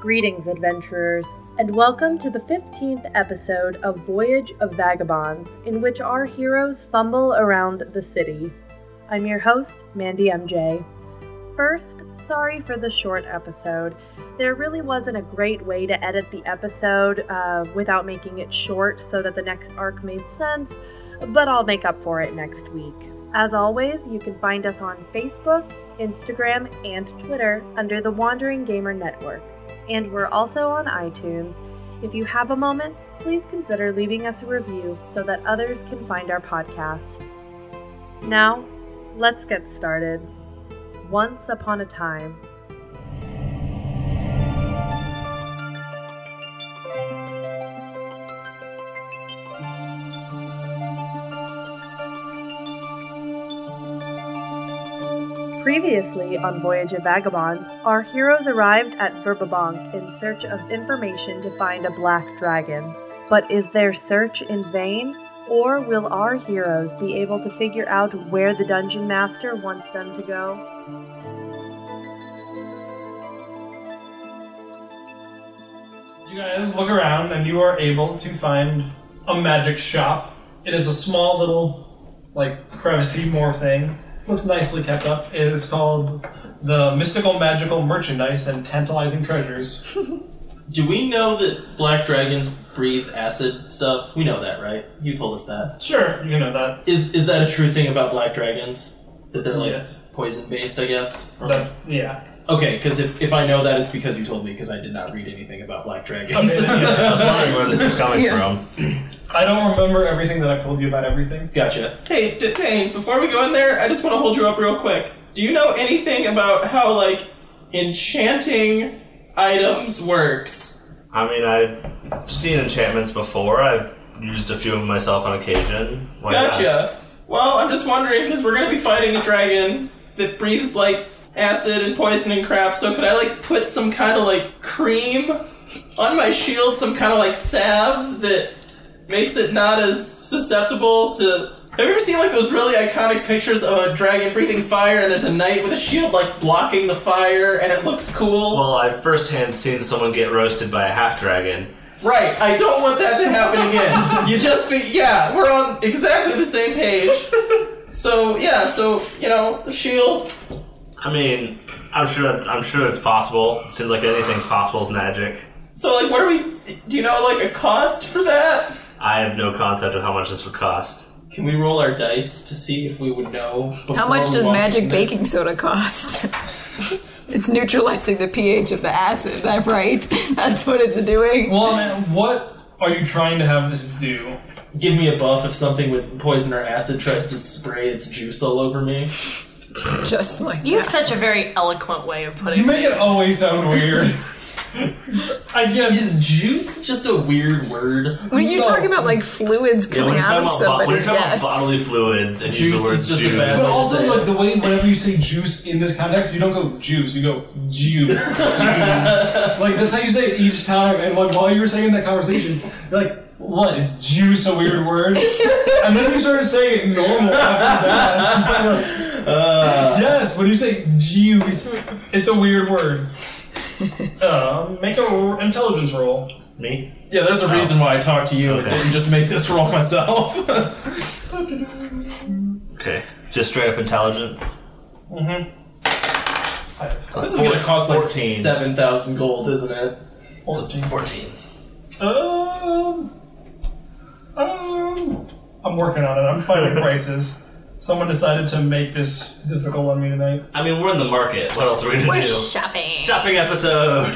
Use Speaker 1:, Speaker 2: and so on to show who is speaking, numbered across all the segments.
Speaker 1: Greetings, adventurers, and welcome to the 15th episode of Voyage of Vagabonds, in which our heroes fumble around the city. I'm your host, Mandy MJ. First, sorry for the short episode. There really wasn't a great way to edit the episode uh, without making it short so that the next arc made sense, but I'll make up for it next week. As always, you can find us on Facebook, Instagram, and Twitter under the Wandering Gamer Network. And we're also on iTunes. If you have a moment, please consider leaving us a review so that others can find our podcast. Now, let's get started. Once upon a time. Previously on Voyage of Vagabonds, our heroes arrived at Verbabank in search of information to find a black dragon. But is their search in vain, or will our heroes be able to figure out where the dungeon master wants them to go?
Speaker 2: You guys look around and you are able to find a magic shop. It is a small little, like, crevicey more thing. Looks nicely kept up. It is called the Mystical Magical Merchandise and Tantalizing Treasures.
Speaker 3: Do we know that black dragons breathe acid stuff? We know that, right? You told us that.
Speaker 2: Sure, you know that.
Speaker 3: Is is that a true thing about black dragons? That they're like
Speaker 2: Yes.
Speaker 3: poison based, I guess.
Speaker 2: that yeah.
Speaker 3: Okay, because if, if I know that, it's because you told me. Because I did not read anything about black
Speaker 2: I, mean,
Speaker 3: dragons.
Speaker 2: yes.
Speaker 4: I was wondering where this was coming from.
Speaker 2: I don't remember everything that I told you about everything.
Speaker 3: gotcha. Hey, d- hey! Before we go in there, I just want to hold you up real quick. Do you know anything about how like enchanting items works?
Speaker 4: I mean, I've seen enchantments before. I've used a few of them myself on occasion. Why not?
Speaker 3: Gotcha. Well, I'm just wondering because we're gonna be fighting a dragon that breathes like acid and poison and crap. So could I like put some kind of like cream on my shield, some kind of like salve that makes it not as susceptible to. Have you ever seen like those really iconic pictures of a dragon breathing fire and there's a knight with a shield like blocking the fire and it looks cool?
Speaker 4: Well, I've firsthand seen someone get roasted by a half dragon.
Speaker 3: Right, I don't want that to happen again. you just be yeah, we're on exactly the same page. So yeah, so you know, the shield.
Speaker 4: I mean, I'm sure that's I'm sure it's possible. Seems like anything's possible with magic.
Speaker 3: So like, what are we? Do you know like a cost for that?
Speaker 4: I have no concept of how much this would cost.
Speaker 3: Can we roll our dice to see if we would know?
Speaker 5: How much does magic baking soda cost? it's neutralizing the pH of the acid, that right? That's what it's doing.
Speaker 2: Well, man, what are you trying to have this do?
Speaker 3: Give me a buff if something with poison or acid tries to spray its juice all over me.
Speaker 5: Just like
Speaker 6: You have such a very eloquent way of putting
Speaker 2: You
Speaker 6: it.
Speaker 2: make it always sound weird. Again,
Speaker 3: Is juice just a weird word?
Speaker 5: when you're
Speaker 2: No.
Speaker 5: talking about like fluids
Speaker 4: Yeah,
Speaker 5: coming
Speaker 4: when you're
Speaker 5: out
Speaker 4: talking
Speaker 5: of
Speaker 4: about, bo- when
Speaker 5: somebody,
Speaker 4: you're talking about
Speaker 5: yes.
Speaker 4: bodily fluids and
Speaker 3: Juice
Speaker 4: use the word
Speaker 3: is just a
Speaker 4: juice.
Speaker 3: bad-
Speaker 2: But also,
Speaker 3: Say it.
Speaker 2: like the way whenever you say juice in this context, you don't go juice, you go juice. like that's how you say it each time. And like while you were saying that conversation, you're like, "What is juice? A weird word?" and then you started saying it normal after that. You're like,
Speaker 3: Uh,
Speaker 2: yes, when you say juice, it's a weird word. Uh, make a r- intelligence roll.
Speaker 4: Me?
Speaker 3: Yeah, there's a reason why I talked to you and
Speaker 4: Okay.
Speaker 3: didn't just make this roll myself.
Speaker 4: Okay. Just straight up intelligence.
Speaker 3: This is gonna cost like
Speaker 4: 14.
Speaker 3: seven thousand gold, isn't it?
Speaker 2: Fourteen.
Speaker 4: Fourteen.
Speaker 2: Um, um, I'm working on it. I'm finding prices. Someone decided to make this difficult on me tonight.
Speaker 4: I mean, we're in the market. What else are we gonna
Speaker 6: We're
Speaker 4: do?
Speaker 6: shopping.
Speaker 4: Shopping episode.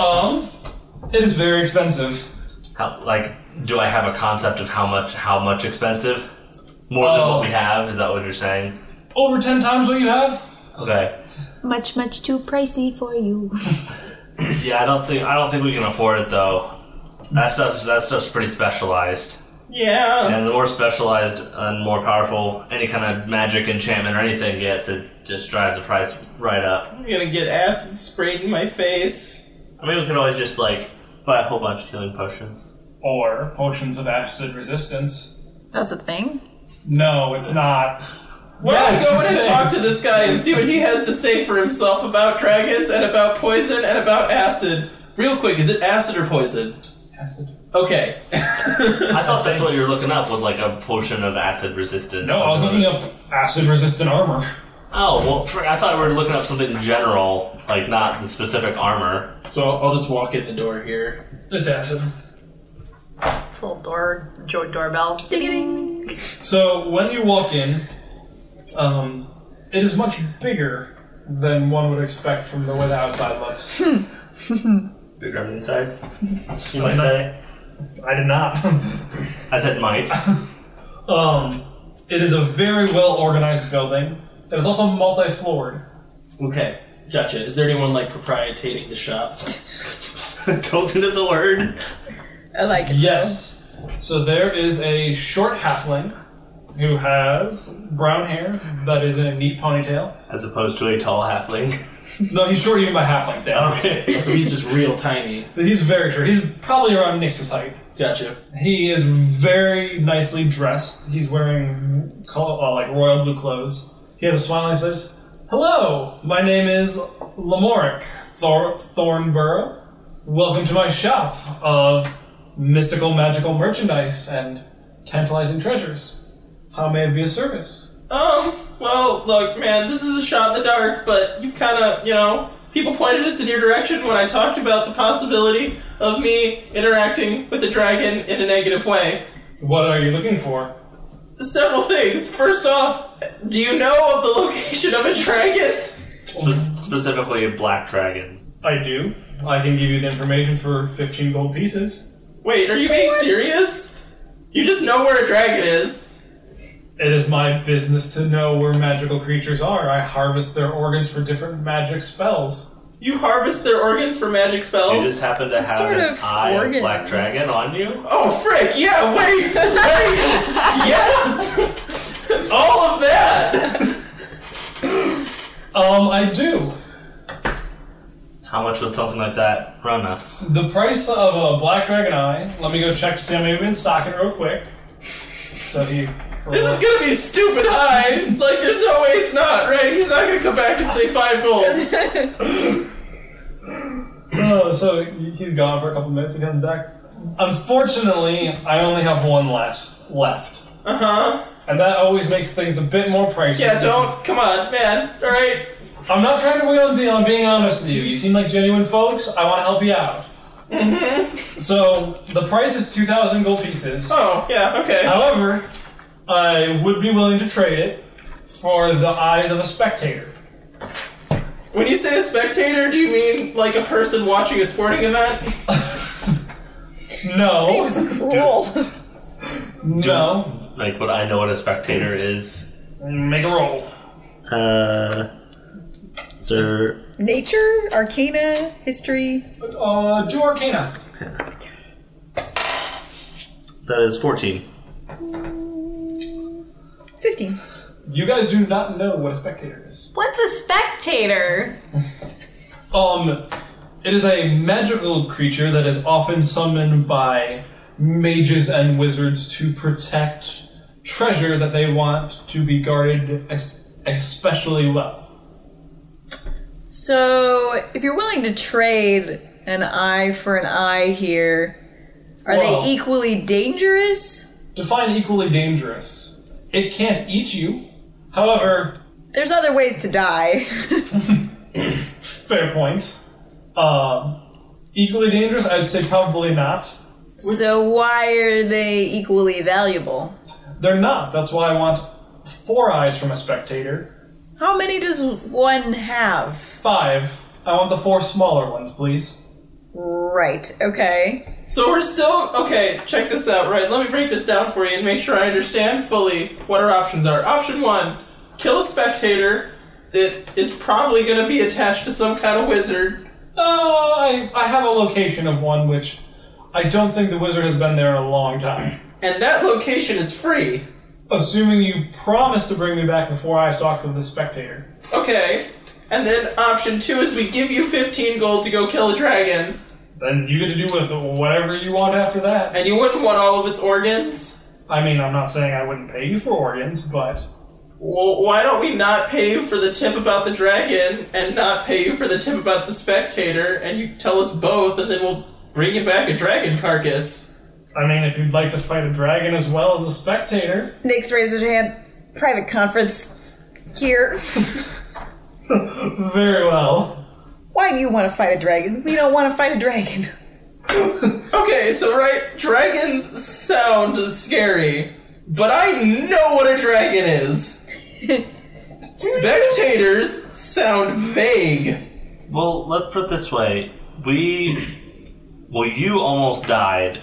Speaker 2: Um, it is very expensive.
Speaker 4: How, like, do I have a concept of how much how much expensive? More than
Speaker 2: Oh.
Speaker 4: what we have? Is that what you're saying?
Speaker 2: Over ten times what you have.
Speaker 4: Okay.
Speaker 5: Much, much too pricey for you.
Speaker 4: Yeah, I don't think I don't think we can afford it though. That stuff that stuff's pretty specialized,
Speaker 3: Yeah.
Speaker 4: and the more specialized and more powerful any kind of magic enchantment or anything gets, it just drives the price right up.
Speaker 3: I'm gonna get acid sprayed in my face.
Speaker 4: I mean, we could always just like buy a whole bunch of healing potions.
Speaker 2: Or potions of acid resistance.
Speaker 5: That's a thing.
Speaker 2: No, it's not.
Speaker 3: Why
Speaker 2: Yes.
Speaker 3: don't we go in and talk to this guy and see what he has to say for himself about dragons and about poison and about acid? Real quick, is it acid or poison?
Speaker 2: Acid.
Speaker 3: Okay.
Speaker 4: I thought that's what you were looking up was like a potion of acid resistance.
Speaker 2: No, I was looking up acid-resistant armor.
Speaker 4: Oh well, fr- I thought we were looking up something general, like not the specific armor.
Speaker 3: so I'll, I'll just walk in the door here.
Speaker 2: It's acid.
Speaker 6: This little door, joint doorbell. Ding ding.
Speaker 2: So when you walk in, um, it is much bigger than one would expect from the way the outside looks.
Speaker 4: Bigger on the inside. You might say.
Speaker 2: I did not.
Speaker 4: I said might.
Speaker 2: um, it is a very well organized building. It is also multi-floored.
Speaker 3: Okay. Gotcha. Is there anyone like proprietating the shop?
Speaker 4: Don't think that's a word.
Speaker 5: I like it.
Speaker 2: Yes. So there is a short halfling who has brown hair that is in a neat ponytail.
Speaker 4: As opposed to a tall halfling.
Speaker 2: No, he's short even by halfling's dad.
Speaker 4: Okay.
Speaker 3: so he's just real tiny.
Speaker 2: He's very short. He's probably around Nix's height.
Speaker 3: Gotcha.
Speaker 2: He is very nicely dressed. He's wearing col- uh, like royal blue clothes. He has a smile and he says, "Hello, my name is Lamoric Thor- Thornborough. Welcome to my shop of mystical, magical merchandise and tantalizing treasures. How may I be of service?"
Speaker 3: Um, well, look, man, this is a shot in the dark, but you've kind of, you know, people pointed us in your direction when I talked about the possibility of me interacting with the dragon in a negative way.
Speaker 2: What are you looking for?
Speaker 3: Several things. First off, do you know of the location of a dragon?
Speaker 4: Spe- specifically, a black dragon.
Speaker 2: I do. I can give you the information for fifteen gold pieces.
Speaker 3: Wait, are you being serious? You just know where a dragon is.
Speaker 2: It is my business to know where magical creatures are. I harvest their organs for different magic spells.
Speaker 3: You harvest their organs for magic
Speaker 4: Do you
Speaker 3: spells.
Speaker 4: just happen to have
Speaker 5: sort
Speaker 4: an
Speaker 5: of
Speaker 4: eye of
Speaker 5: organs.
Speaker 4: black dragon on you?
Speaker 3: Oh frick, yeah, wait, wait, yes! All of that!
Speaker 2: Um, I do.
Speaker 4: How much would something like that run us?
Speaker 2: The price of a black dragon eye. Let me go check to see how many we've been stocking real quick. So he.
Speaker 3: This is gonna be stupid high! Like, there's no way it's not, right? He's not gonna come back and say five goals.
Speaker 2: Oh, so he- he's gone for a couple minutes. He comes back. Unfortunately, I only have one last left,
Speaker 3: Uh huh.
Speaker 2: and that always makes things a bit more pricey.
Speaker 3: Yeah, don't, come on, man, alright?
Speaker 2: I'm not trying to wheel and deal. I'm being honest with you. You seem like genuine folks. I want to help you out. So the price is two thousand gold pieces.
Speaker 3: Oh, yeah, okay.
Speaker 2: However, I would be willing to trade it for the eyes of a spectator.
Speaker 3: When you say a spectator, do you mean like a person watching a sporting event?
Speaker 2: No.
Speaker 5: Seems cruel.
Speaker 2: No.
Speaker 4: Like, what I know what a spectator is.
Speaker 2: Make a roll.
Speaker 4: Uh. Sir.
Speaker 5: Nature, arcana, history.
Speaker 2: Uh, do Arcana.
Speaker 4: That is 14.
Speaker 5: 15.
Speaker 2: You guys do not know what a spectator is.
Speaker 6: What's a spectator?
Speaker 2: Um, it is a magical creature that is often summoned by mages and wizards to protect treasure that they want to be guarded es- especially well.
Speaker 5: So, if you're willing to trade an eye for an eye here, are
Speaker 2: Well-
Speaker 5: they equally dangerous?
Speaker 2: Define equally dangerous. It can't eat you. However,
Speaker 5: There's other ways to die.
Speaker 2: Fair point. Um, equally dangerous? I'd say probably not.
Speaker 5: so, why are they equally valuable?
Speaker 2: They're not. That's why I want four eyes from a spectator.
Speaker 5: How many does one have?
Speaker 2: Five. I want the four smaller ones, please.
Speaker 5: Right, okay.
Speaker 3: So we're still okay. Check this out, right? Let me break this down for you and make sure I understand fully what our options are. Option one: kill a spectator that is probably going to be attached to some kind of wizard.
Speaker 2: Uh, I, I have a location of one which I don't think the wizard has been there in a long time.
Speaker 3: And that location is free.
Speaker 2: Assuming you promise to bring me back the four eye stalks of the spectator.
Speaker 3: Okay. And then option two is we give you 15 gold to go kill a dragon,
Speaker 2: Then you get to do with it whatever you want after that.
Speaker 3: and you wouldn't want all of its organs.
Speaker 2: I mean, I'm not saying I wouldn't pay you for organs, but
Speaker 3: Well, why don't we not pay you for the tip about the dragon and not pay you for the tip about the spectator, and you tell us both, and then we'll bring you back a dragon carcass?
Speaker 2: I mean, if you'd like to fight a dragon as well as a spectator,
Speaker 7: Nick's raised his hand. Private conference here.
Speaker 2: very well.
Speaker 7: Why do you want to fight a dragon? We don't want to fight a dragon.
Speaker 3: Okay, so right, dragons sound scary, but I know what a dragon is. Spectators sound vague.
Speaker 4: Well, let's put it this way: we, well, you almost died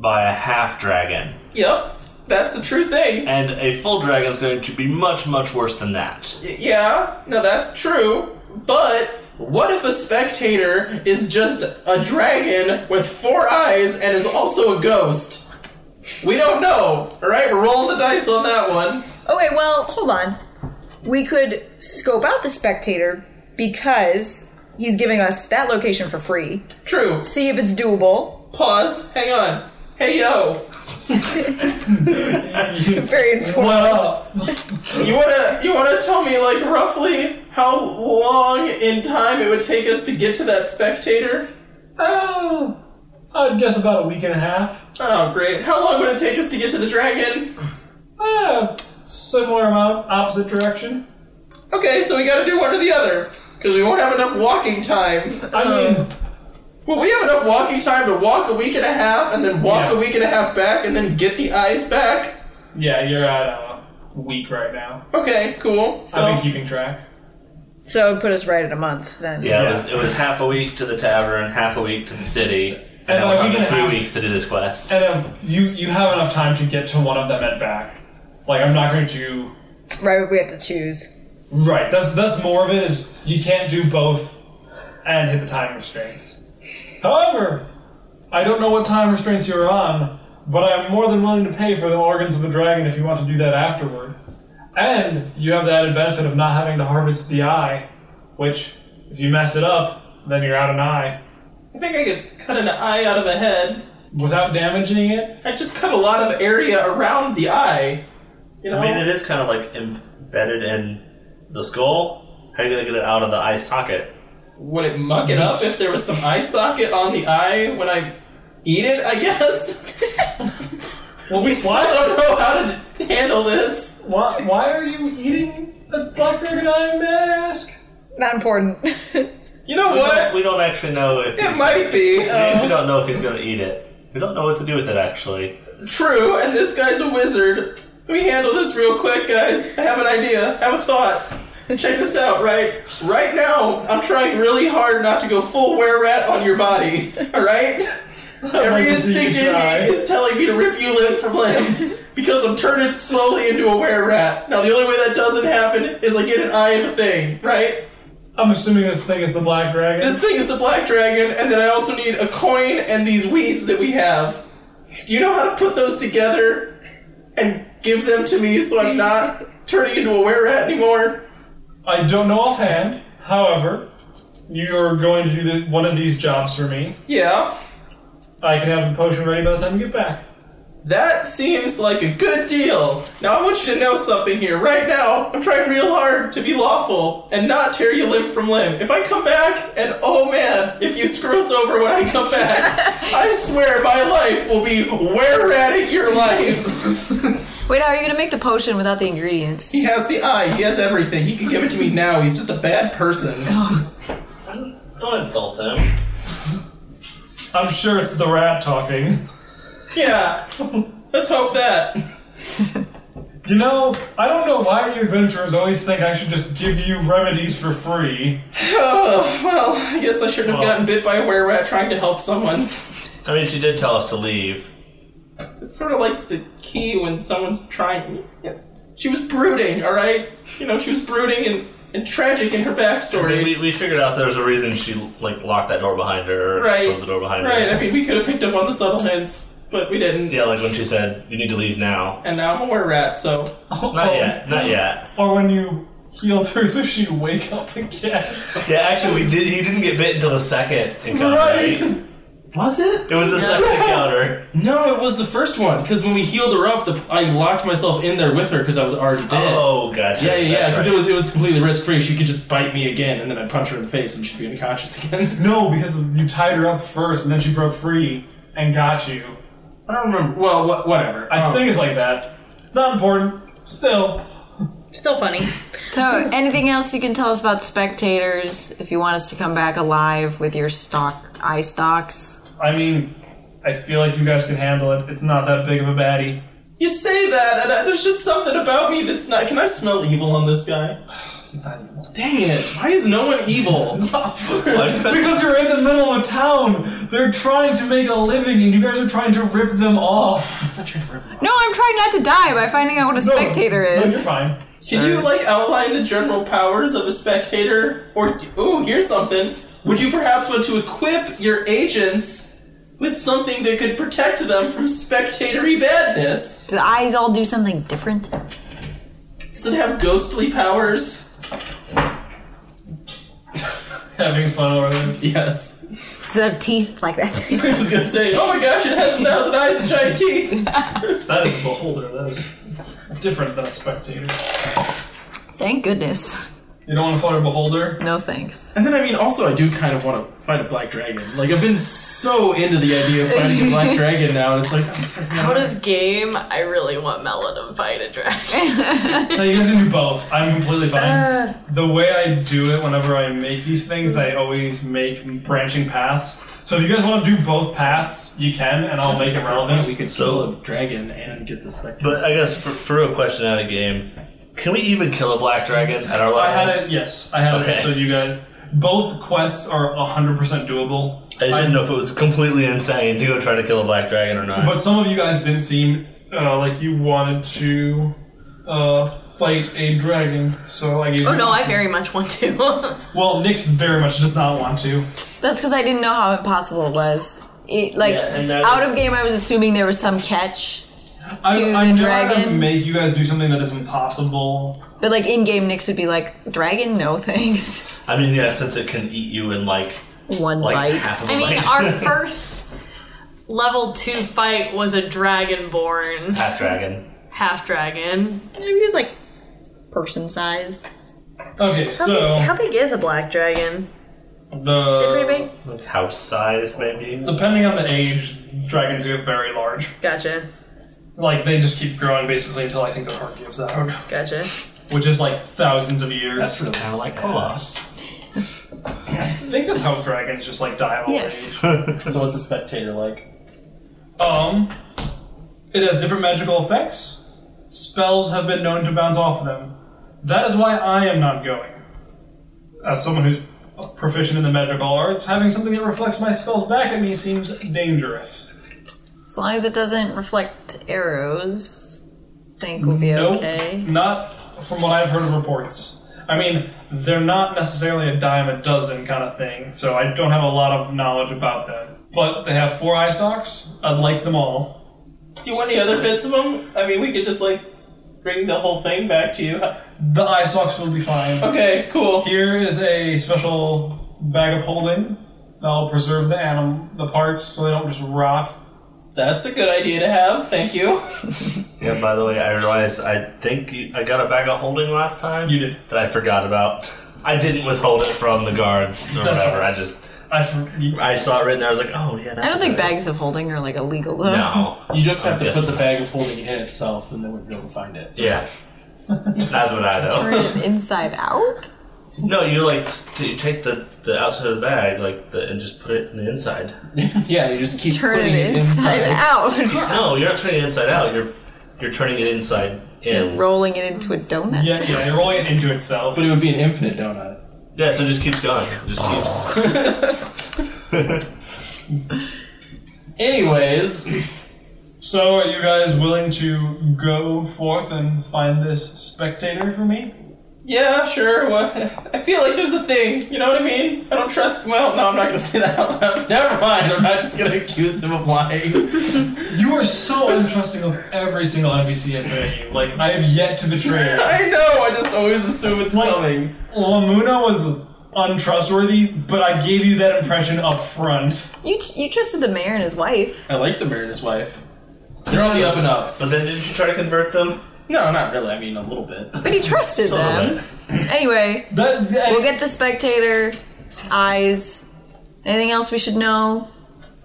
Speaker 4: by a half dragon,
Speaker 3: Yep, that's a true thing.
Speaker 4: and a full dragon is going to be much, much worse than that.
Speaker 3: Y- Yeah, no, that's true. But what if a spectator is just a dragon with four eyes and is also a ghost? We don't know. All right, we're rolling the dice on that one.
Speaker 7: Okay, well, hold on. We could scope out the spectator because he's giving us that location for free.
Speaker 3: True.
Speaker 7: See if it's doable.
Speaker 3: Pause. Hang on. Hey yo,
Speaker 7: Very important.
Speaker 2: Well,
Speaker 3: you wanna you wanna tell me like roughly how long in time it would take us to get to that spectator?
Speaker 2: uh, I'd guess about a week and a half.
Speaker 3: Oh great. How long would it take us to get to the dragon?
Speaker 2: Uh, similar amount, opposite direction.
Speaker 3: Okay, so we gotta do one or the other because we won't have enough walking time.
Speaker 2: I mean,
Speaker 3: Well, we have enough walking time to walk a week and a half, and then walk
Speaker 2: Yeah.
Speaker 3: a week and a half back, and then get the eyes back.
Speaker 2: yeah, you're at a week right now.
Speaker 3: Okay, cool. So,
Speaker 2: I've been keeping track.
Speaker 7: So it'd put us right at a month then.
Speaker 4: Yeah,
Speaker 2: Yeah.
Speaker 4: It, was, it was half a week to the tavern, half a week to the city,
Speaker 2: And
Speaker 4: and,
Speaker 2: are
Speaker 4: we're
Speaker 2: we
Speaker 4: talking
Speaker 2: gonna
Speaker 4: three
Speaker 2: have-
Speaker 4: weeks to do this quest.
Speaker 2: And um, you you have enough time to get to one of them and back. Like, I'm not going to do
Speaker 7: Right, but we have to choose.
Speaker 2: Right. That's that's more of it is you can't do both and hit the time restraints. However, I don't know what time restraints you're on, but I'm more than willing to pay for the organs of the dragon if you want to do that afterward. And you have the added benefit of not having to harvest the eye, which if you mess it up, then you're out an eye.
Speaker 3: I think I could cut an eye out of a head.
Speaker 2: Without damaging it,
Speaker 3: I just cut a lot of area around the eye. You know?
Speaker 4: I mean, it is kind of like embedded in the skull. How are you gonna get it out of the eye socket?
Speaker 3: Would it muck it up if there was some eye socket on the eye when I eat it? I guess.
Speaker 2: well,
Speaker 3: we still don't know how to d- handle this.
Speaker 2: Why, why are you eating a black dragon eye mask?
Speaker 7: Not important.
Speaker 3: You know
Speaker 4: We don't,
Speaker 3: what?
Speaker 4: we don't actually know if
Speaker 3: It
Speaker 4: he's,
Speaker 3: might be
Speaker 4: we don't know if he's gonna eat it. We don't know what to do with it actually.
Speaker 3: true, and this guy's a wizard. Let me handle this real quick, guys. I have an idea. I have a thought. Check this out, right? Right now, I'm trying really hard not to go full were rat on your body, alright? Every
Speaker 2: might
Speaker 3: instinct
Speaker 2: be
Speaker 3: in
Speaker 2: try.
Speaker 3: me is telling me to rip you limb from limb because I'm turning slowly into a were rat. Now, the only way that doesn't happen is I get an eye of a thing, right?
Speaker 2: I'm assuming this thing is the black dragon.
Speaker 3: This thing is the black dragon, and then I also need a coin and these weeds that we have. Do you know how to put those together and give them to me so I'm not turning into a were rat anymore?
Speaker 2: I don't know offhand. However, you're going to do the, one of these jobs for me.
Speaker 3: Yeah.
Speaker 2: I can have the potion ready by the time you get back.
Speaker 3: That seems like a good deal. Now I want you to know something here. Right now, I'm trying real hard to be lawful and not tear you limb from limb. If I come back and oh man, if you screw us over when I come back, I swear my life will be where at it your life.
Speaker 5: Wait, how are you gonna make the potion without the ingredients?
Speaker 3: he has the eye, he has everything. He can give it to me now. He's just a bad person.
Speaker 4: Don't insult him.
Speaker 2: I'm sure it's the rat talking.
Speaker 3: Yeah. Let's hope that.
Speaker 2: You know, I don't know why you adventurers always think I should just give you remedies for free.
Speaker 3: Oh, well, I guess I shouldn't have gotten bit by a were rat trying to help someone.
Speaker 4: I mean, she did tell us to leave.
Speaker 3: It's sort of like the key when someone's trying. Yeah. She was brooding, all right. You know, she was brooding and, and tragic in her
Speaker 4: I mean,
Speaker 3: backstory.
Speaker 4: we, we figured out there was a reason she like locked that door behind her or
Speaker 3: Right.
Speaker 4: closed the door behind
Speaker 3: Right.
Speaker 4: her.
Speaker 3: I mean, we could have picked up on the subtle hints, but we didn't.
Speaker 4: Yeah, like when she said, "You need to leave now."
Speaker 3: And now I'm a were rat, so
Speaker 2: Oh.
Speaker 4: Not yet. Not yet.
Speaker 2: Or when you healed her so she'd wake up again.
Speaker 4: Yeah, actually, we did. He didn't get bit until the second encounter.
Speaker 2: Right.
Speaker 3: Was it?
Speaker 4: It was the second encounter.
Speaker 3: No, it was the first one. Because when we healed her up, the, I locked myself in there with her because I was already dead.
Speaker 4: Oh, gotcha.
Speaker 3: Yeah, yeah, yeah.
Speaker 4: That's
Speaker 3: Because
Speaker 4: right.
Speaker 3: it was it was completely risk free. She could just bite me again, and then I'd punch her in the face, and she'd be unconscious again.
Speaker 2: No, because you tied her up first, and then she broke free and got you.
Speaker 3: I don't remember. Well, wha- whatever.
Speaker 2: I
Speaker 3: Um,
Speaker 2: think it's like that. Not important. Still,
Speaker 6: Still funny.
Speaker 5: So, anything else you can tell us about spectators if you want us to come back alive with your stock eye stocks?
Speaker 2: I mean, I feel like you guys can handle it. It's not that big of a baddie.
Speaker 3: you say that, and I, there's just something about me that's not. Can I smell evil on this guy? Dang it! Why is no one evil?
Speaker 2: because you're in the middle of town. They're trying to make a living, and you guys are trying to rip them off.
Speaker 5: No, I'm trying not to die by finding out what a spectator
Speaker 2: No, you're
Speaker 5: is.
Speaker 2: fine.
Speaker 3: Can you like outline the general powers of a spectator? Or oh, here's something. Would you perhaps want to equip your agents with something that could protect them from spectatory badness?
Speaker 5: Do the eyes all do something different?
Speaker 3: Does it have ghostly powers?
Speaker 2: Having fun over there.
Speaker 3: Yes.
Speaker 5: Does it have teeth like that?
Speaker 3: I was gonna say, oh my gosh, it has a thousand eyes and giant teeth.
Speaker 2: That is beholder. That is different than a spectator.
Speaker 5: Thank goodness.
Speaker 2: You don't want to fight a beholder.
Speaker 5: No thanks.
Speaker 3: And then I mean, also I do kind of want to fight a black dragon. Like I've been so into the idea of fighting a black dragon now, and it's like
Speaker 6: Out of game, I really want Melon to fight a dragon.
Speaker 2: No, you guys can do both. I'm completely fine. the way I do it, whenever I make these things, I always make branching paths. So if you guys want to do both paths, you can, and I'll make it relevant.
Speaker 3: we could
Speaker 4: So-
Speaker 3: kill a dragon and get the spectator.
Speaker 4: But I guess for, for a question out of game, can we even kill a black dragon at our level?
Speaker 2: I had it. Yes, I had
Speaker 4: Okay.
Speaker 2: it. So you guys, both quests are 100% doable.
Speaker 4: I just didn't know if it was completely insane to go try to kill a black dragon or not.
Speaker 2: But some of you guys didn't seem uh, like you wanted to uh, fight a dragon, so I gave
Speaker 6: Oh
Speaker 2: you.
Speaker 6: no, I very much want to.
Speaker 2: Well, Nyx very much does not want to.
Speaker 5: That's because I didn't know how impossible it was. It, like,
Speaker 4: Yeah, and that's-
Speaker 5: out of game, I was assuming there was some catch.
Speaker 2: I,
Speaker 5: To
Speaker 2: I'm
Speaker 5: the
Speaker 2: trying to
Speaker 5: dragon?
Speaker 2: make you guys do something that is impossible.
Speaker 5: But, like, in game, Nyx would be like, Dragon? No thanks.
Speaker 4: I mean, yeah, since it can eat you in like
Speaker 5: One
Speaker 4: like
Speaker 5: bite.
Speaker 4: half of a
Speaker 6: I mean,
Speaker 4: bite.
Speaker 6: our first level two fight was a dragonborn
Speaker 4: half dragon.
Speaker 6: half dragon.
Speaker 7: Maybe he's like,
Speaker 5: Person sized.
Speaker 2: Okay, so
Speaker 6: How big is a black dragon? Pretty
Speaker 2: the
Speaker 6: big.
Speaker 4: Like house size, maybe.
Speaker 2: depending on the age, dragons get very large.
Speaker 6: Gotcha.
Speaker 2: Like they just keep growing basically until I think their heart gives out,
Speaker 6: Gotcha.
Speaker 2: which is like thousands of years.
Speaker 4: That's really kind of like Kolos.
Speaker 2: I think that's how dragons just like die of old
Speaker 5: Yes.
Speaker 2: age.
Speaker 4: So what's a spectator like?
Speaker 2: Um, it has different magical effects. Spells have been known to bounce off them. That is why I am not going. As someone who's proficient in the magical arts, having something that reflects my spells back at me seems dangerous.
Speaker 5: As long as it doesn't reflect arrows, I think we'll be
Speaker 2: Nope.
Speaker 5: okay.
Speaker 2: Not from what I've heard of reports. I mean, they're not necessarily a dime a dozen kind of thing, so I don't have a lot of knowledge about them. But they have four eye stalks. I'd like them all.
Speaker 3: Do you want any other bits of them? I mean, we could just like bring the whole thing back to you.
Speaker 2: The eye stalks will be fine.
Speaker 3: Okay, cool.
Speaker 2: Here is a special bag of holding that'll preserve the animal, the parts, so they don't just rot.
Speaker 3: That's a good idea to have. Thank you.
Speaker 4: Yeah. By the way, I realized I think you, I got a bag of holding last time.
Speaker 2: You did.
Speaker 4: that I forgot about. I didn't withhold it from the guards or
Speaker 2: That's
Speaker 4: whatever.
Speaker 2: right.
Speaker 4: I just
Speaker 2: I, fr- you-
Speaker 4: I saw it written there. I was like, oh yeah. That's
Speaker 5: I don't think
Speaker 4: what it
Speaker 5: bags
Speaker 4: is.
Speaker 5: of holding are, like, illegal, though.
Speaker 4: No.
Speaker 3: You just have
Speaker 4: to put the
Speaker 3: bag of holding in itself, and then we'd be able to find it.
Speaker 4: Yeah. That's what I know.
Speaker 5: Turn it inside out?
Speaker 4: No, you like t- you take the, the outside of the bag like the, and just put it in the inside.
Speaker 3: Yeah, you just keep
Speaker 5: Turn it inside, out.
Speaker 4: No, you're not turning it inside out. You're you're turning it inside in.
Speaker 5: Rolling it into a donut.
Speaker 2: yeah, yeah, you're rolling it into itself.
Speaker 3: it would be an infinite donut.
Speaker 4: Yeah, so it just keeps going. It Just keeps.
Speaker 3: Anyways,
Speaker 2: So, are you guys willing to go forth and find this spectator for me?
Speaker 3: yeah, sure. Well, I feel like there's a thing. You know what I mean? I don't trust. Well, no, I'm not gonna say that out loud. Never mind. I'm not just gonna accuse him of lying.
Speaker 2: You are so untrusting of every single NPC I put at you. Like, I have yet to betray you.
Speaker 3: I know. I just always assume it's coming.
Speaker 2: Lamuna was untrustworthy, but I gave you that impression up front.
Speaker 5: You, tr- you trusted the mayor and his wife.
Speaker 3: I like the mayor and his wife. They're on the up and up.
Speaker 4: But then didn't you try to convert them?
Speaker 3: No, not really. I mean, a little bit.
Speaker 5: But he trusted
Speaker 4: Some of
Speaker 5: them. Anyway,
Speaker 2: That, that-
Speaker 5: we'll get the spectator, eyes. Anything else we should know?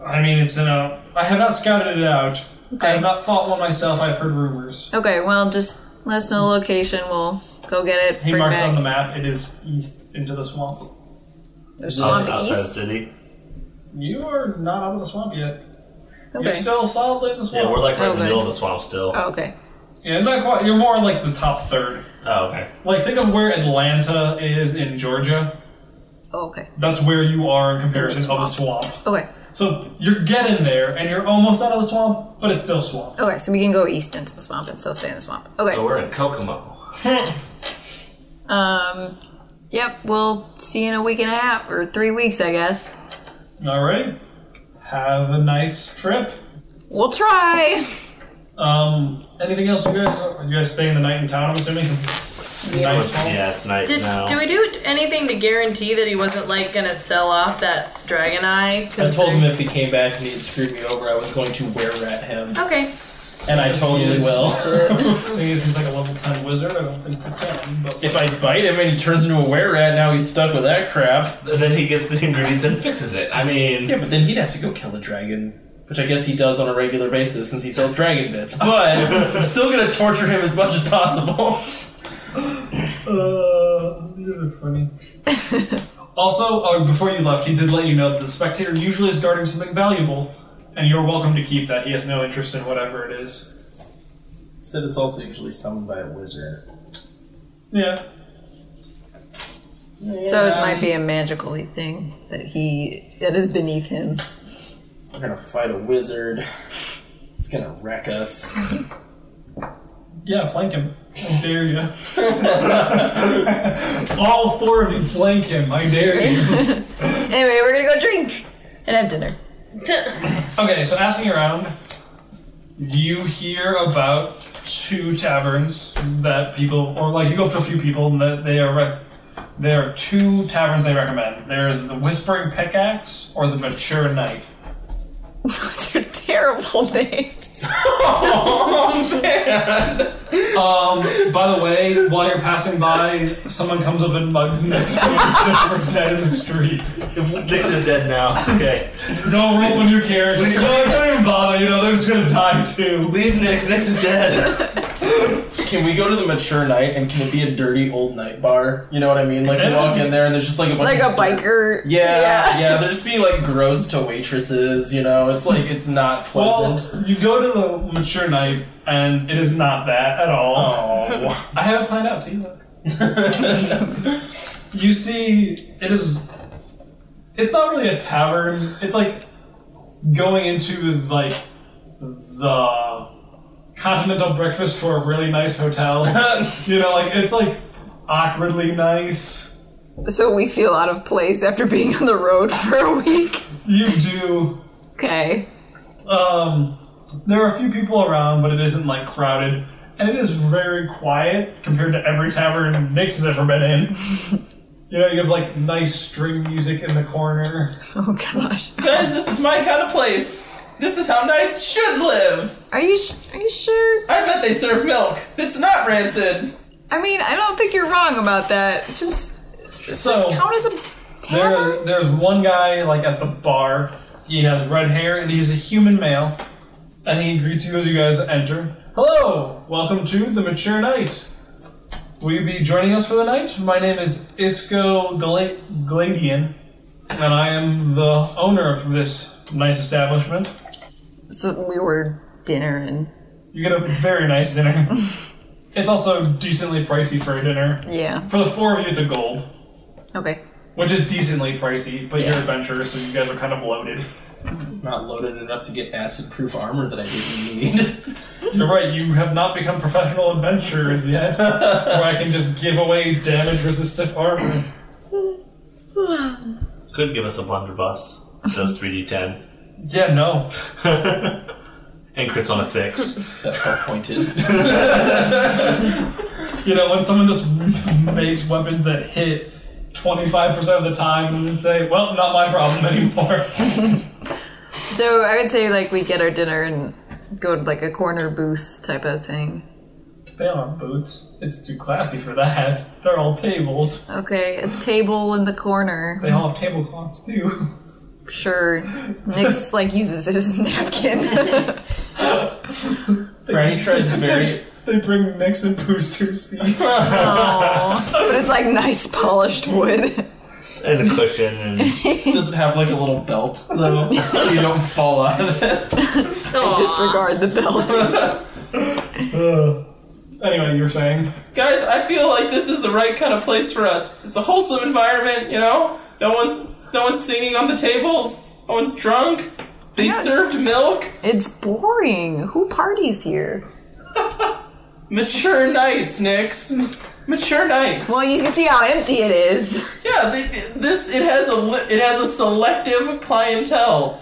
Speaker 2: I mean, it's in a. I have not scouted it out. I
Speaker 5: Okay.
Speaker 2: have not fought one myself. I've heard rumors.
Speaker 5: Okay, well, just let us know the location. We'll go get it.
Speaker 2: He
Speaker 5: bring
Speaker 2: marks
Speaker 5: back.
Speaker 2: on the map. It is east into the swamp.
Speaker 5: There's swamp
Speaker 4: outside the
Speaker 5: east.
Speaker 4: city.
Speaker 2: You are not out of the swamp yet. You're
Speaker 5: Okay.
Speaker 2: still solidly in the swamp.
Speaker 4: Yeah, we're like right in
Speaker 5: Okay.
Speaker 4: the middle of the swamp still.
Speaker 5: Oh, okay.
Speaker 2: Yeah, not quite. You're more like the top third.
Speaker 4: Oh, okay.
Speaker 2: Like think of where Atlanta is in Georgia.
Speaker 5: Oh, okay.
Speaker 2: That's where you are in comparison of the swamp.
Speaker 5: Okay.
Speaker 2: So you're getting there, and you're almost out of the swamp, but it's still swamp.
Speaker 5: Okay, so we can go east into the swamp and still stay in the swamp. Okay.
Speaker 4: So we're in Kokomo.
Speaker 5: Um, yep, we'll see you in a week and a half, or three weeks, I guess.
Speaker 2: All right. Have a nice trip.
Speaker 5: We'll try!
Speaker 2: Um, anything else, you guys? Are you guys staying the night in town? I'm assuming 'cause it's nightfall.
Speaker 4: Yeah, it's night
Speaker 6: Did,
Speaker 4: now.
Speaker 6: Do we do anything to guarantee that he wasn't like gonna sell off that dragon eye?
Speaker 3: I
Speaker 6: 'Cause
Speaker 3: told him
Speaker 6: they're-
Speaker 3: if he came back and he had screwed me over, I was going to wear rat him,
Speaker 6: Okay.
Speaker 3: and I totally
Speaker 2: Yes.
Speaker 3: will.
Speaker 2: Seeing as he's like a level ten wizard, I don't think we can. But
Speaker 3: If I bite him and he turns into a were rat, now he's stuck with that crap.
Speaker 4: And then he gets the ingredients and fixes it. I mean,
Speaker 3: Yeah, but then he'd have to go kill the dragon, which I guess he does on a regular basis since he sells dragon bits. But I'm still gonna torture him as much as possible.
Speaker 2: Uh, these are funny. also, uh, before you left, he did let you know that the spectator usually is guarding something valuable, and you're welcome to keep that. He has no interest in whatever it is.
Speaker 3: Said it's also usually summoned by a wizard.
Speaker 2: Yeah.
Speaker 5: So it might be a magical thing that he, that is beneath him.
Speaker 3: We're gonna fight a wizard. It's gonna wreck us.
Speaker 2: Yeah, flank him. I dare you. All four of you flank him. I dare you.
Speaker 5: Anyway, we're gonna go drink and have dinner.
Speaker 2: Okay, so asking around, you hear about two taverns that people, or like you go up to a few people, and that they are. Rec- there are two taverns they recommend. There's the Whispering Pickaxe or the Mature Knight.
Speaker 5: Those are terrible names.
Speaker 3: oh man!
Speaker 2: Um, by the way, while you're passing by, someone comes up and mugs me next to we're dead in the street.
Speaker 4: Dix is dead now. Okay.
Speaker 2: No roll on your character. No, don't even bother. You know they're just gonna die too.
Speaker 4: Leave Nix. Nix is dead.
Speaker 3: Can we go to the mature night and can it be a dirty old night bar? You know what I mean? Like we walk in there and there's just like a bunch
Speaker 5: Like
Speaker 3: of
Speaker 5: a biker.
Speaker 3: Yeah, yeah, They're just being like gross to waitresses. You know, it's like it's not
Speaker 2: Well,
Speaker 3: pleasant.
Speaker 2: you go to the mature night, and it is not that at all.
Speaker 3: Oh.
Speaker 2: I haven't planned out. See, look. You see, it is. It's not really a tavern. It's like going into like the continental breakfast for a really nice hotel. you know, like it's like awkwardly nice.
Speaker 5: So we feel out of place after being on the road for a week.
Speaker 2: You do.
Speaker 5: Okay.
Speaker 2: um, there are a few people around, but it isn't like crowded, and it is very quiet compared to every tavern Nick's has ever been in. you know, you have like nice string music in the corner.
Speaker 5: Oh gosh.
Speaker 3: Guys, this is my kind of place. This is how knights should live.
Speaker 5: Are you sh- are you sure?
Speaker 3: I bet they serve milk. It's not rancid.
Speaker 5: I mean, I don't think you're wrong about that. Just
Speaker 2: So
Speaker 5: count as a tavern.
Speaker 2: there, there's one guy like at the bar. He has red hair and he's a human male, and he greets you as you guys enter. Hello, welcome to the Mature Knight. Will you be joining us for the night? My name is Isco Gla- Gladian, and I am the owner of this nice establishment.
Speaker 5: So we ordered dinner and
Speaker 2: You get a very nice dinner. it's also decently pricey for a dinner.
Speaker 5: yeah.
Speaker 2: For the four of you, it's a gold,
Speaker 5: Okay.
Speaker 2: which is decently pricey, but you're
Speaker 5: Yeah.
Speaker 2: adventurers, so you guys are kind of loaded.
Speaker 3: Not loaded enough to get acid-proof armor that I didn't need.
Speaker 2: You're right, you have not become professional adventurers yet, where I can just give away damage resistant armor.
Speaker 4: Could give us a blunderbuss. Does 3d10.
Speaker 2: Yeah, no.
Speaker 4: And crits on a 6.
Speaker 3: that felt pointed.
Speaker 2: You know, when someone just makes weapons that hit 25% of the time and say, well, not my problem anymore.
Speaker 5: So I would say like we get our dinner and go to like a corner booth type of thing.
Speaker 2: they aren't booths. It's too classy for that. They're all tables.
Speaker 5: Okay, a table in the corner.
Speaker 2: They all have tablecloths too.
Speaker 5: Sure, Nick's like uses it as a napkin.
Speaker 3: Franny tries very.
Speaker 2: They bring Nick's and booster seats.
Speaker 5: but it's like nice polished wood.
Speaker 4: and a cushion and
Speaker 3: Does it have like a little belt though, so you don't fall out of it?
Speaker 5: Disregard the belt.
Speaker 2: anyway, you were saying?
Speaker 3: Guys, I feel like this is the right kind of place for us. It's a wholesome environment, you know. No one's no one's singing on the tables. No one's drunk. They served milk.
Speaker 5: It's boring. Who parties here?
Speaker 3: Mature nights, Nix. Mature nights.
Speaker 5: Well, you can see how empty it is.
Speaker 3: Yeah, they, this it has a li- it has a selective clientele.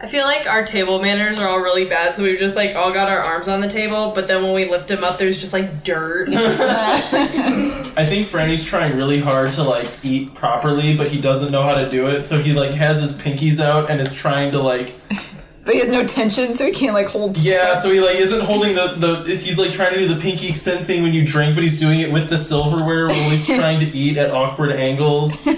Speaker 6: I feel like our table manners are all really bad, so we've just like all got our arms on the table, but then when we lift them up, there's just like dirt.
Speaker 3: I think Franny's trying really hard to like eat properly, but he doesn't know how to do it. So he like has his pinkies out and is trying to like
Speaker 5: But he has no tension, so he can't like hold.
Speaker 3: yeah. So he like isn't holding the the is- he's like trying to do the pinky extend thing when you drink, but he's doing it with the silverware while he's trying to eat at awkward angles.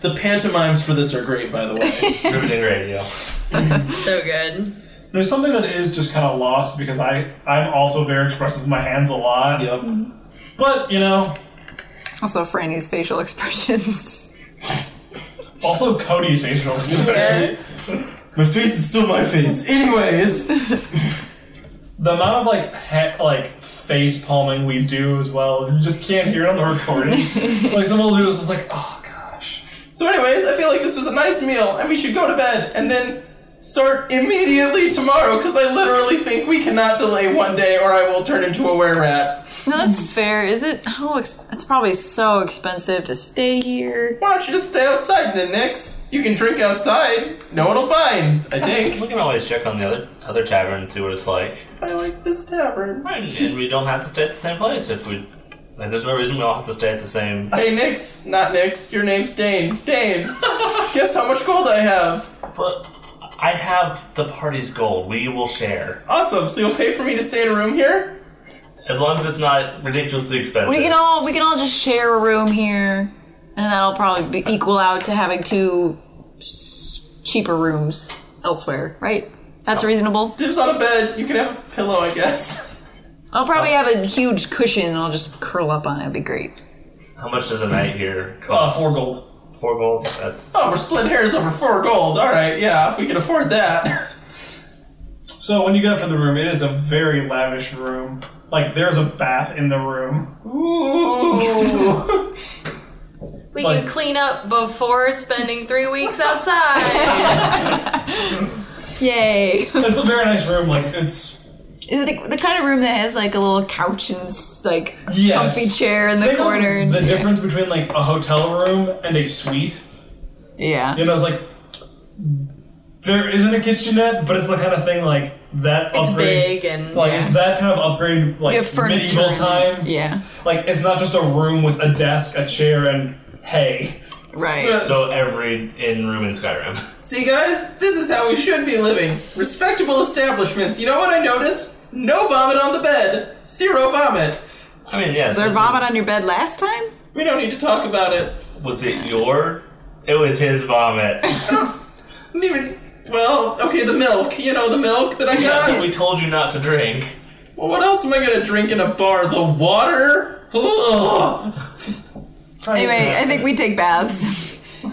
Speaker 3: The pantomimes for this are great, by the way.
Speaker 4: riveting radio.
Speaker 6: so good.
Speaker 2: There's something that is just kind of lost because I, I'm also very expressive with my hands a lot.
Speaker 3: yep.
Speaker 2: But, you know,
Speaker 5: Also, Franny's facial expressions.
Speaker 2: also Cody's facial expression.
Speaker 3: My face is still my face. Anyways.
Speaker 2: The amount of like he- like face palming we do as well, you just can't hear it on the recording. like someone will do this, it's like, oh gosh.
Speaker 3: So, anyways, I feel like this was a nice meal, and we should go to bed, and then start immediately tomorrow, because I literally think we cannot delay one day, or I will turn into a were rat.
Speaker 5: No, that's fair. Is it? Oh, ex- it's probably so expensive to stay here.
Speaker 3: Why don't you just stay outside then, Nix? You can drink outside. No one will bind, I think.
Speaker 4: We can always check on the other other tavern and see what it's like.
Speaker 3: I like this tavern.
Speaker 4: And, and we don't have to stay at the same place if we. Like, there's no reason we all have to stay at the same.
Speaker 3: Hey, Nix. Not Nix. Your name's Dane. Dane. Guess how much gold I have.
Speaker 4: But I have the party's gold. We will share
Speaker 3: Awesome. So you'll pay for me to stay in a room here?
Speaker 4: as long as it's not ridiculously expensive.
Speaker 5: We can all we can all just share a room here, and that'll probably be equal out to having two s- cheaper rooms elsewhere. Right? That's reasonable.
Speaker 3: Dibs on a bed. You can have a pillow, I guess.
Speaker 5: I'll probably have a huge cushion and I'll just curl up on it. It'd be great.
Speaker 4: How much does a night here
Speaker 2: Uh,
Speaker 4: cost?
Speaker 2: four gold.
Speaker 4: Four gold. That's
Speaker 3: Oh, we're splitting hairs over four gold. All right, yeah, we can afford that.
Speaker 2: So when you get up to the room, it is a very lavish room. Like there's a bath in the room.
Speaker 3: Ooh.
Speaker 6: We
Speaker 2: Like-
Speaker 6: can clean up before spending three weeks outside.
Speaker 5: Yay!
Speaker 2: It's a very nice room. Like it's
Speaker 5: Is it the, the kind of room that has like a little couch and s- like
Speaker 2: yes.
Speaker 5: comfy chair in the
Speaker 2: Think of
Speaker 5: corner? and-
Speaker 2: The difference between like a hotel room and a suite.
Speaker 5: yeah.
Speaker 2: You know, it's like there isn't a kitchenette, but it's the kind of thing like that
Speaker 6: it's
Speaker 2: upgrade.
Speaker 6: big and
Speaker 2: Like
Speaker 5: Yeah.
Speaker 2: it's that kind of upgrade,
Speaker 5: We
Speaker 2: like
Speaker 5: have furniture.
Speaker 2: medieval time.
Speaker 5: Yeah.
Speaker 2: Like it's not just a room with a desk, a chair, and hay.
Speaker 5: Right.
Speaker 4: so every in room in Skyrim.
Speaker 3: See, guys, this is how we should be living. Respectable establishments. You know what I noticed? No vomit on the bed. Zero vomit.
Speaker 4: I mean, yes.
Speaker 5: There
Speaker 4: this is-
Speaker 5: vomit on your bed last time?
Speaker 3: We don't need to talk about it.
Speaker 4: Was it your? It was his vomit.
Speaker 3: I don't even. Well, okay, the milk. You know, the milk that I got.
Speaker 4: we told you not to drink.
Speaker 3: well, what else am I gonna drink in a bar? The water? Ugh.
Speaker 5: Anyway, I think we take baths.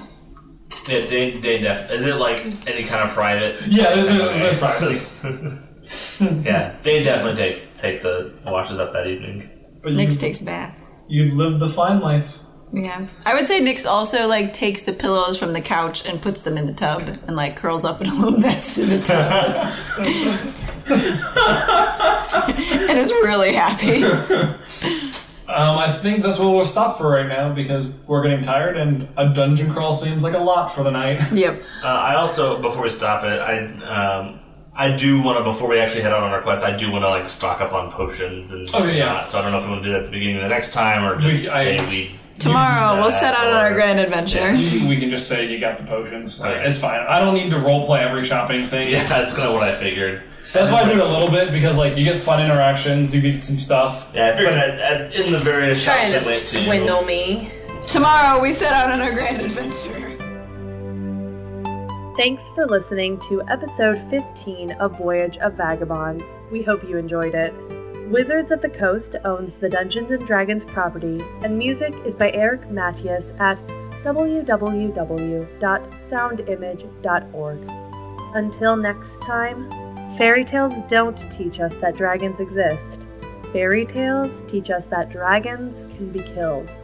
Speaker 4: Yeah, they, they def- is it like any kind of private?
Speaker 2: Yeah, there, there, there's privacy.
Speaker 4: yeah, Dane definitely takes takes a washes up that evening.
Speaker 2: But
Speaker 5: Nick's
Speaker 2: you,
Speaker 5: takes a bath.
Speaker 2: you've lived the fine life.
Speaker 5: Yeah. I would say Nick's also like takes the pillows from the couch and puts them in the tub and like curls up in a little nest in the tub. and is really happy.
Speaker 2: Um, I think that's where we'll stop for right now because we're getting tired, and a dungeon crawl seems like a lot for the night.
Speaker 5: Yep.
Speaker 4: Uh, I also before we stop it, I um, I do want to before we actually head out on our quest, I do want to like stock up on potions and
Speaker 2: Oh, yeah.
Speaker 4: whatnot, So I don't know if we want to do that at the beginning of the next time or just
Speaker 2: We- I-
Speaker 4: say we
Speaker 5: Tomorrow we'll
Speaker 4: that,
Speaker 5: set out on
Speaker 4: or-
Speaker 5: our grand adventure.
Speaker 2: You- we can just say you got the potions. Like,
Speaker 4: Right.
Speaker 2: It's fine. I don't need to roleplay every shopping thing.
Speaker 4: Yeah, that's kind of what I figured.
Speaker 2: That's why I do it a little bit because like you get fun interactions, you get some stuff.
Speaker 4: Yeah, I figured at, at, in the various shops
Speaker 6: Trying to
Speaker 4: it went to.
Speaker 6: swindle me.
Speaker 5: Tomorrow we set out on our grand adventure.
Speaker 1: Thanks for listening to episode 15 of Voyage of Vagabonds. We hope you enjoyed it. Wizards of the Coast owns the Dungeons and Dragons property, and music is by Eric Matias at www.soundimage.org. Until next time, fairy tales don't teach us that dragons exist. Fairy tales teach us that dragons can be killed.